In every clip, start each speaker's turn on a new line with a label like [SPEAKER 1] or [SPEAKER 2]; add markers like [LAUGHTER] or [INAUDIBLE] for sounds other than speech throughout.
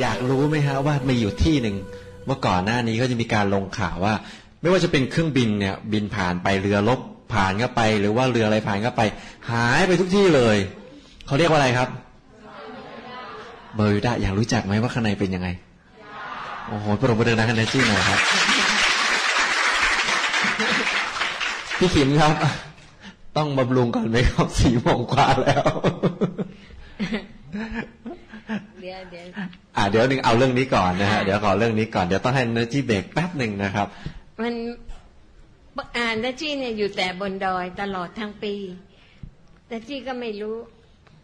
[SPEAKER 1] อยากรู้ไหมฮะว่ามีอยู่ที่หนึ่งเมื่อก่อนหน้านี้ก็จะมีการลงข่าวว่า ไม่ว่าจะเป็นเครื่องบินเนี่ยบินผ่านไปเรือลบผ่านก็ไป หรือว่าเรืออะไรผ่านก็ไป หายไปทุกที่เลยเขาเรียกว่าอะไรครับเบอร์มิวดาอยากรู้จักไหมว่าข้างในเป็นยังไงโอ้โหปรบมือดังๆในชื่อหน่อยครับ พี่ขิมครับ ต้องบำรุงก่อนไหมครับสี่โมงกว่าแล้ว
[SPEAKER 2] เดี๋ยวเดี๋ยว
[SPEAKER 1] อ่าเดี๋ยวหนึ่งเอาเรื่องนี้ก่อนนะฮะเดี๋ยวขอเรื่องนี้ก่อนเดี๋ยวต้องให้ energy break แป๊บหนึ่งนะครับ
[SPEAKER 2] มันอ่านดัชชี่เนี่ยอยู่แต่บนดอยตลอดทั้งปีดัชชี่ก็ไม่รู้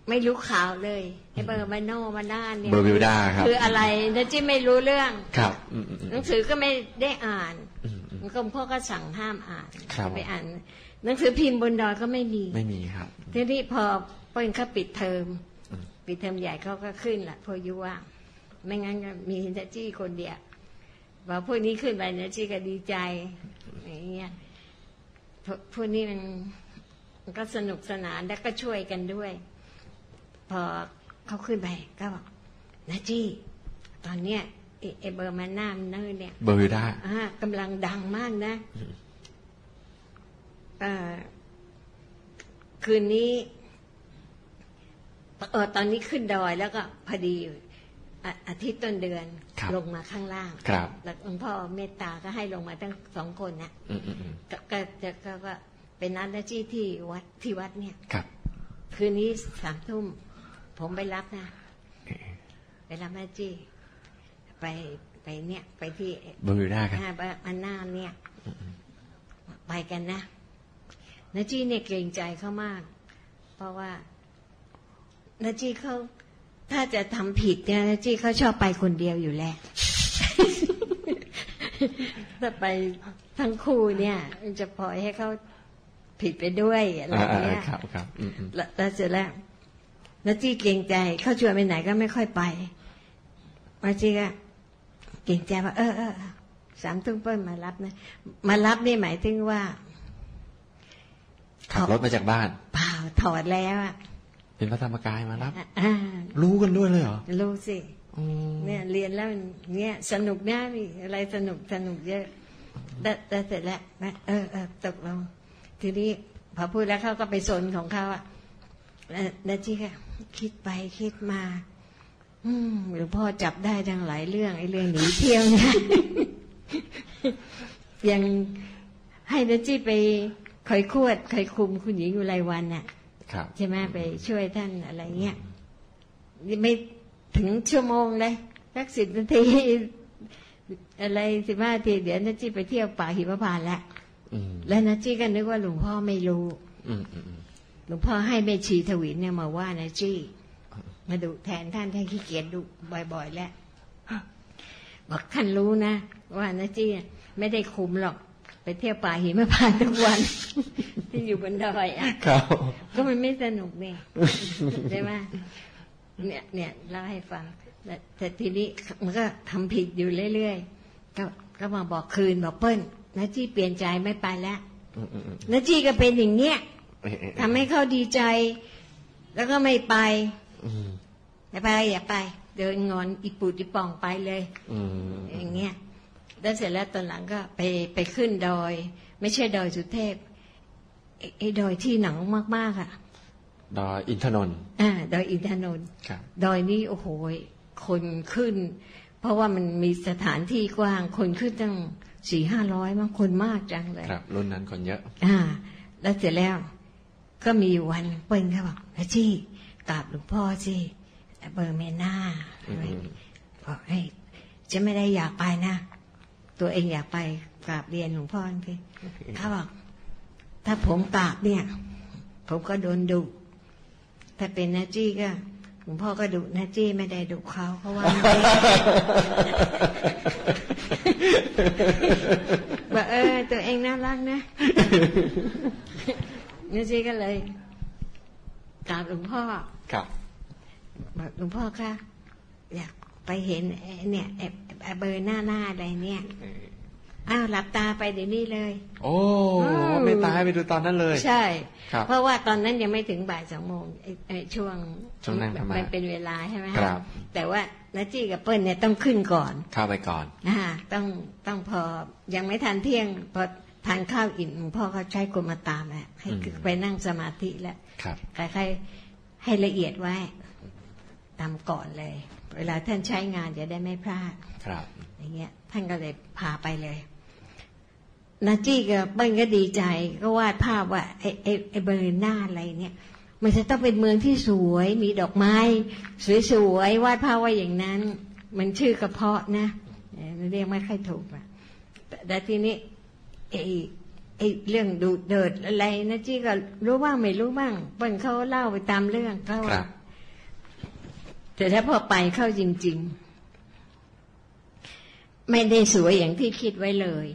[SPEAKER 2] ไม่รู้ข่าวเลยไอ้เบอร์มาโนมาน่านเนี่ย
[SPEAKER 1] เบอร์มิวดาครับ
[SPEAKER 2] คืออะไรดัชชี่ไม่รู้เรื่อง
[SPEAKER 1] ครับอืมอืมอืม
[SPEAKER 2] หนังสือก็ไม่ได้อ่าน
[SPEAKER 1] อืมอืม
[SPEAKER 2] กรมพ่อก็สั่งห้ามอ่าน
[SPEAKER 1] ครับ
[SPEAKER 2] ไปอ่าน หนังสือพิมพ์บนดอยก็ไม่มี
[SPEAKER 1] ไม่มีครับ
[SPEAKER 2] ทีนี้พอเปิ้ลเขาปิดเทอม
[SPEAKER 1] อืม
[SPEAKER 2] ปิดเทอมใหญ่เขาก็ขึ้นละพวกยุว่างไม่งั้นก็มีเนจี้คนเดียวพอพวกนี้ขึ้นไปเนจี้ก็ดีใจอย่างเงี้ยพวพวกนี้มันมันก็สนุกสนานแล้วก็ช่วยกันด้วย พอเขาขึ้นไปก็บอกเนจี้ตอนเนี้ยไอ้ไอเบอร์มานามเนอร์เนี่ย
[SPEAKER 1] เบอร์มิวดา
[SPEAKER 2] อ่ากำลังดังมากนะ
[SPEAKER 1] อืม
[SPEAKER 2] เอ่อคืนนี้เออตอนนี้ขึ้นดอยแล้วก็พอดีอ่ะอาทิตย์ต้นเดือน
[SPEAKER 1] ครับ
[SPEAKER 2] ลงมาข้างล่าง
[SPEAKER 1] ครับ
[SPEAKER 2] แล้วหลวงพ่อเมตตาก็ให้ลงมาตั้งสองคนนะ
[SPEAKER 1] อืมอืมอืม
[SPEAKER 2] ก็ก็จะก็ก็เป็นนัดนะจี้ที่วัดที่วัดเนี่ย
[SPEAKER 1] ครับ
[SPEAKER 2] คืนนี้สามทุ่มผมไปรับนะ ไปรับแม่จี้ ไปไปเนี่ย ไปที่
[SPEAKER 1] เบอร์มิวดาครับ
[SPEAKER 2] อ่าอันหน้าเนี่ยไปกันนะนาจีเนี่ยเกรงใจเขามาก เพราะว่านาจีเขาถ้าจะทำผิดเนี่ยนาจีเขาชอบไปคนเดียวอยู่
[SPEAKER 1] [LAUGHS]
[SPEAKER 2] แล้ว ถ้าไปทั้งคู่เนี่ยมันจะปล่อยให้เขาผิดไปด้วยอะไร
[SPEAKER 1] อ่า
[SPEAKER 2] เงี้ย
[SPEAKER 1] ๆครับครับอืมอืม
[SPEAKER 2] แล้วแล้วเสร็จแล้วนาจี้เกรงใจเขาชวนไปไหนก็ไม่ค่อยไปนาจี้ก็เกรงใจว่าเออเออเออสามทุ่มเปิ้ลมารับนะมารับนี่หมายถึงว่า
[SPEAKER 1] ขับรถมาจากบ้าน
[SPEAKER 2] เปล่าถอดแล้วอะ
[SPEAKER 1] เป็นพระธรรมกายมารับ
[SPEAKER 2] อ่า
[SPEAKER 1] รู้กันด้วยเลยเหรอ
[SPEAKER 2] รู้สิ
[SPEAKER 1] อืม
[SPEAKER 2] เนี่ยเรียนแล้วมันเนี่ยสนุกนะมีอะไรสนุกสนุกเยอะแต่แต่เสร็จแล้วนะเออเออตกลงทีนี้พอพูดแล้วเขาก็ไปสนของเขาอะแล้วแล้วที่ก็คิดไปคิดมา อืมหลวงพ่อจับได้ทั้งหลายเรื่องไอ้เรื่องหนีเที่ยวเนี่ย [LAUGHS] ยังให้นัจี้ไปคอยควดคอยคุมคุณหญิงอุไรวันน่ะ
[SPEAKER 1] ครับ
[SPEAKER 2] ใช่ไหมไปช่วยท่านอะไรเงี้ยนี่ไม่ถึงชั่วโมงเลยสักสิบนาที อะไรสิบห้านาที เดี๋ยวนัจจี้ไปเที่ยวป่าหิมพานต์แล้ว
[SPEAKER 1] อืม
[SPEAKER 2] แล้วนัจจี้ก็นึกว่าหลวงพ่อไม่รู้
[SPEAKER 1] อืมอืมอืม
[SPEAKER 2] หลวงพ่อให้แม่ชีถวินเนี่ยมาว่านะจี้มาดุแทนท่านท่านขี้เกียจดุบ่อยๆแล้วบอกท่านรู้นะ ว่านะจี้ไม่ได้คุมหรอก ไปเที่ยวป่าหิมพานต์ทุกวัน [LAUGHS] ที่อยู่บนดอยอะ
[SPEAKER 1] ครับ
[SPEAKER 2] ก็มันไม่สนุกเนี่ย ใช่ไหมเนี่ยเนี่ยเล่าให้ฟังแต่แต่ทีนี้มันก็ทำผิดอยู่เรื่อยๆก็ก็มาบอกคืนบอกเปิ้ลนาจี้เปลี่ยนใจไม่ไปแล้ว
[SPEAKER 1] อืมอืมอืม
[SPEAKER 2] นาจี้ก็เป็นอย่างเนี้ย
[SPEAKER 1] เอ๊ะเอ๊ะ
[SPEAKER 2] ทำให้เขาดีใจ แล้วก็ไม่ไป
[SPEAKER 1] อืม
[SPEAKER 2] ไม่ไปอย่าไป เดินงอนอีปูดอีป่องไปเลย
[SPEAKER 1] อืม
[SPEAKER 2] อย่างเงี้ยแล้วเสร็จแล้วตอนหลังก็ไปไปขึ้นดอย ไม่ใช่ดอยสุเทพไอ้ไอ้ดอยที่หนังมากๆอ่ะ
[SPEAKER 1] ดอยอินทนนท์
[SPEAKER 2] อ่าดอยอินทนนท์
[SPEAKER 1] ครับ
[SPEAKER 2] ดอยนี้โอ้โหยคนขึ้น เพราะว่ามันมีสถานที่กว้างคนขึ้นตั้งสี่ห้าร้อยบางคนมากจังเลย
[SPEAKER 1] ครับ รุ่นนั้นคนเยอะ [LAUGHS]
[SPEAKER 2] อ่า แล้วเสร็จแล้ว ก็มีอยู่วันเปิ้ลก็บอกนะจี้กราบหลวงพ่อสิเบอร์เมน่า
[SPEAKER 1] อืมอืม
[SPEAKER 2] บอกให้จะไม่ได้อยากไปนะ ตัวเองอยากไปกราบเรียนหลวงพ่อพี่ เขาบอกถ้าผมกราบเนี่ย ผมก็โดนดุถ้าเป็นนาจี้ก็หลวงพ่อก็ดุนาจี้ไม่ได้ดุเขาเพราะว่าไม่ได้ บอกเออ ตัวเองน่ารัก
[SPEAKER 1] [LAUGHS]
[SPEAKER 2] นะ นาจี้ก็เลยกราบหลวงพ่อ
[SPEAKER 1] ครับ
[SPEAKER 2] บอกหลวงพ่อคะอยากไปเห็นไอ้เนี่ยไอ้ไอ้เบอร์หน้าหน้าอะไรเนี่ย
[SPEAKER 1] เอ๊ะ
[SPEAKER 2] อ้าวหลับตาไปเดี๋ยวนี้เลย
[SPEAKER 1] โอ้
[SPEAKER 2] อืม
[SPEAKER 1] ไม่ตายไปดูตอนนั้นเลย
[SPEAKER 2] ใช่
[SPEAKER 1] ครับ
[SPEAKER 2] เพราะว่าตอนนั้นยังไม่ถึงบ่ายสองโมงไอ้ไอ้ช่วง
[SPEAKER 1] ช่วงนั่งทำงาน
[SPEAKER 2] มันเป็นเวลาใช่ไหมฮะ
[SPEAKER 1] ครับ
[SPEAKER 2] แต่ว่านาจี้กับเปิ้ลเนี่ยต้องขึ้นก่อน
[SPEAKER 1] เข้าไปก่อน
[SPEAKER 2] นะคะต้องต้องพอยังไม่ทานเที่ยงพอทานข้าวอิ่มหลวงพ่อเขาใช้กรมตามแหละให้
[SPEAKER 1] อืม
[SPEAKER 2] ไปนั่งสมาธิแล้ว
[SPEAKER 1] ครับ
[SPEAKER 2] คล้ายๆให้ละเอียดไว้ตามก่อนเลย เวลาท่านใช้งานจะได้ไม่พลาด
[SPEAKER 1] ครับ
[SPEAKER 2] อย่างเงี้ย ท่านก็เลยพาไปเลย นาจี้กับเปิ้ลก็ดีใจ ก็วาดภาพว่าไอ้ไอ้ไอ้เบอร์น่าอะไรเนี่ย มันจะต้องเป็นเมืองที่สวย มีดอกไม้ สวยๆวาดภาพไว่าอย่างนั้น มันชื่อกระเพาะนะเอ่อเรียกไม่ค่อยถูกอะแต่แต่ทีนี้ไอ้ไอ้เรื่องดูเดิดอะไรนะจี้ก็รู้บ้างไม่รู้บ้างเปิ้ลเขาเล่าไปตามเรื่องเขา
[SPEAKER 1] ครั
[SPEAKER 2] อะ
[SPEAKER 1] บ
[SPEAKER 2] แต่ถ้าพอไปเข้าจริง ๆ ไม่ได้สวยอย่างที่คิดไว้เลย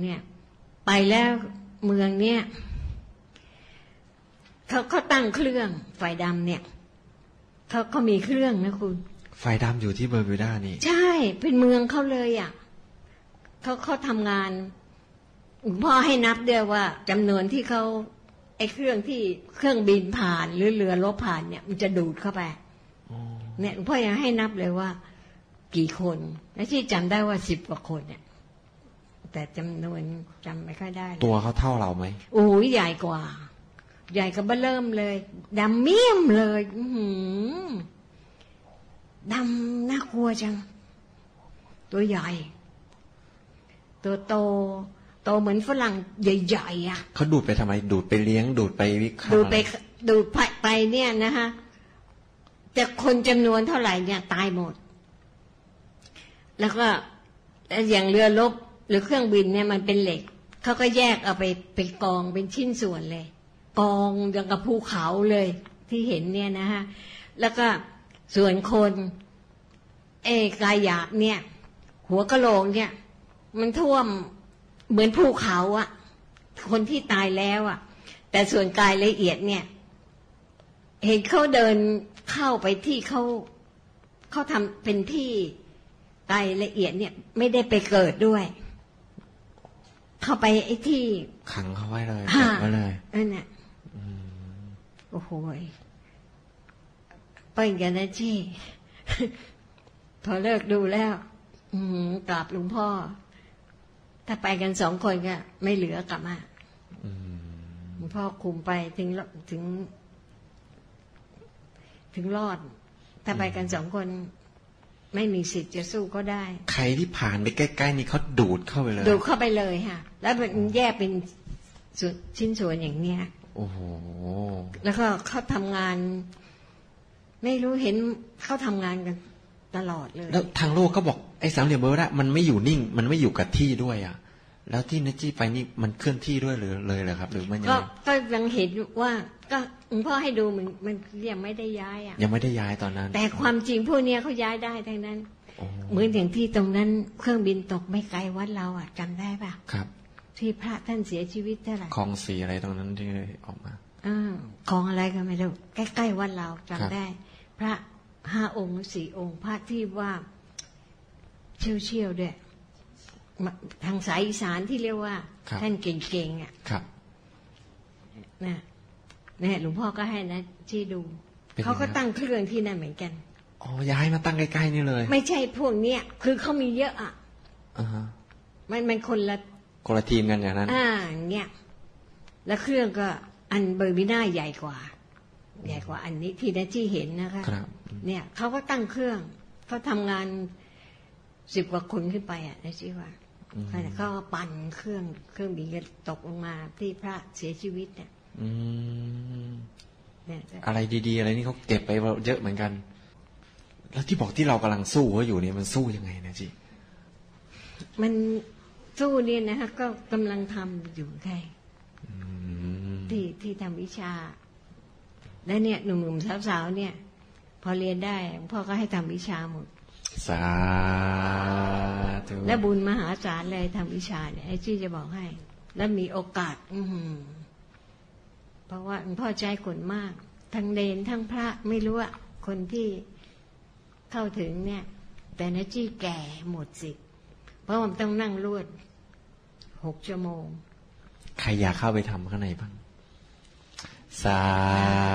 [SPEAKER 2] เนี่ย ไปแล้วเมืองเนี่ยเขาเขาตั้งเครื่องไฟดำเนี่ยเขาเขามีเครื่องนะคุณ
[SPEAKER 1] ไฟดำอยู่ที่เบอร์มิวด้านี่
[SPEAKER 2] ใช่เป็นเมืองเขาเลยอ่ะเขาเขาทำงานหลวงพ่อให้นับด้วยว่าจำนวนที่เขาไอ้เครื่องที่เครื่องบินผ่านหรือเรือรบผ่านเนี่ย มันจะดูดเข้าไปเนี่ยหลวงพ่อยังให้นับเลยว่า กี่คนแล้วที่จำได้ว่าสิบกว่าคนเนี่ย แต่จำนวนจำไม่ค่อยได้เลย
[SPEAKER 1] ตัวเขาเท่าเราไหม
[SPEAKER 2] โอ้ยใหญ่กว่า ใหญ่กับเบ้อเริ่มเลยดำเมี่ยมเลยอื้อหือดำน่ากลัวจัง ตัวใหญ่ ตัวโต โตเหมือนฝรั่งใหญ่ๆอ่ะ
[SPEAKER 1] เขาดูดไปทำไม ดูดไปเลี้ยง ดูดไปวิเคราะห์
[SPEAKER 2] ดูดไป
[SPEAKER 1] อะไร
[SPEAKER 2] ดูดไปไปเนี่ยนะคะแต่คนจำนวนเท่าไหร่เนี่ยตายหมด แล้วก็แล้วอย่างเรือรบหรือเครื่องบินเนี่ยมันเป็นเหล็ก เขาก็แยกเอาไปไปกองเป็นชิ้นส่วนเลย กองอย่างกับภูเขาเลยที่เห็นเนี่ยนะฮะแล้วก็ส่วนคนเอกายหยาบเนี่ย หัวกะโหลกเนี่ย มันท่วมเหมือนภูเขาอะคนที่ตายแล้วอะ แต่ส่วนกายละเอียดเนี่ย เห็นเขาเดินเข้าไปที่เขาเขาทำเป็นที่กายละเอียดเนี่ย ไม่ได้ไปเกิดด้วย เข้าไปไอ้ที่
[SPEAKER 1] ขังเขาไว้เลย
[SPEAKER 2] ค่ะ
[SPEAKER 1] จับไว้เลย
[SPEAKER 2] นั่นน่ะโอ้โหยเปิ้ลกันนะจี้ พอเลิกดูแล้ว อืมกราบหลวงพ่อ ถ้าไปกันสองคนก็ไม่เหลือกลับมา
[SPEAKER 1] อืม
[SPEAKER 2] หลวงพ่อคุมไปถึงรถึง ถึงรอด ถ้าไปกันสองคน ไม่มีสิทธิ์จะสู้ก็ได้
[SPEAKER 1] ใครที่ผ่านไปใกล้ๆนี่เขาดูดเข้าไปเลย
[SPEAKER 2] ดูเข้าไปเลยค่ะ แล้วมันแยกเป็นส่วนชิ้นส่วนอย่างเนี้ย
[SPEAKER 1] โอ้โห
[SPEAKER 2] แล้วก็เขาทำงาน ไม่รู้เห็นเขาทำงานกันตลอดเลย
[SPEAKER 1] แล้วทางโลกก็บอกไอ้สามเหลี่ยมเบอร์มิวด้ามันไม่อยู่นิ่ง มันไม่อยู่กับที่ด้วยอ่ะ แล้วที่นัจจี้ไปนี่มันเคลื่อนที่ด้วยหรือเลยเหรอครับ หรือมันยัง
[SPEAKER 2] ก็
[SPEAKER 1] ไง
[SPEAKER 2] ก็ยังเห็นว่า ก็หลวงพ่อให้ดูมันมันยังไม่ได้ย้ายอ่ะ
[SPEAKER 1] ยังไม่ได้ย้ายตอนนั้น
[SPEAKER 2] แต่ความจริงพวกเนี้ยเขาย้ายได้ทั้งนั้น
[SPEAKER 1] โอ้
[SPEAKER 2] เหมือนอย่างที่ตรงนั้นเครื่องบินตกไม่ไกลวัดเราอ่ะจำได้ปะ
[SPEAKER 1] ครับ
[SPEAKER 2] ที่พระท่านเสียชีวิตเท่าไหร่
[SPEAKER 1] คลองสีอะไรตรงนั้นที่ออกมา
[SPEAKER 2] อาของอะไรก็ไม่รู้ใกล้ๆวัดเราจำ
[SPEAKER 1] ครับ
[SPEAKER 2] ได้ พระห้าองค์หรือสี่องค์พระที่ว่าเชี่ยวเชี่ยวๆด้วยมาทางสายอีสานที่เรียกว่า ท่านเก่งๆอ่ะ
[SPEAKER 1] ครับ
[SPEAKER 2] นะเนี่ยหลวงพ่อก็ให้นะที่ดู
[SPEAKER 1] เป็นยังไง
[SPEAKER 2] เขาก็ตั้งเครื่องที่นั่นเหมือนกัน
[SPEAKER 1] อ๋อย้ายมาตั้งใกล้ๆนี่เลย
[SPEAKER 2] ไม่ใช่พวกเนี้ยคือเขามีเยอะอ่ะ
[SPEAKER 1] อ่าฮะ
[SPEAKER 2] มันมันคนละ
[SPEAKER 1] คนละทีมกันอย่างนั้น
[SPEAKER 2] อ่าอย่างเนี่ย แล้วเครื่องก็อันเบอร์มิน่าใหญ่กว่า ใหญ่กว่าอันนี้ที่นัที่เห็นนะคะ
[SPEAKER 1] ครับ
[SPEAKER 2] เนี่ยเขาก็ตั้งเครื่องเขาทำงานสิบกว่าคนขึ้นไปอ่ะนะชี่ว่าเขาก็ปั่นเครื่องเครื่องบินก็ตกลงมาที่พระเสียชีวิตเนี่ย
[SPEAKER 1] อืม
[SPEAKER 2] เนี่ย
[SPEAKER 1] อะไรดีๆ อะไรนี่เขาเก็บไปเยอะเหมือนกัน แล้วที่บอกที่เรากำลังสู้เขาอยู่เนี่ยมันสู้ยังไงนะจี
[SPEAKER 2] มันสู้เนี่ยนะคะก็กำลังทำอยู่ไง
[SPEAKER 1] อืม
[SPEAKER 2] ที่ที่ทำวิชา แล้วเนี่ยหนุ่มๆสาวๆเนี่ย พอเรียนได้หลวงพ่อก็ให้ทำวิชาหมด
[SPEAKER 1] สาธุ
[SPEAKER 2] และบุญมหาศาลเลยทำวิชาเนี่ยไอ้ชี่จะบอกให้ และมีโอกาส อือหือเพราะว่าหลวงพ่อใจคนมาก ทั้งเดนทั้งพระไม่รู้ว่าคนที่เข้าถึงเนี่ย แต่นะจี้แก่หมดสิทธิ์เพราะมันต้องนั่งรวด หกชั่วโมง
[SPEAKER 1] ใครอยากเข้าไปทำข้างในบ้าง สา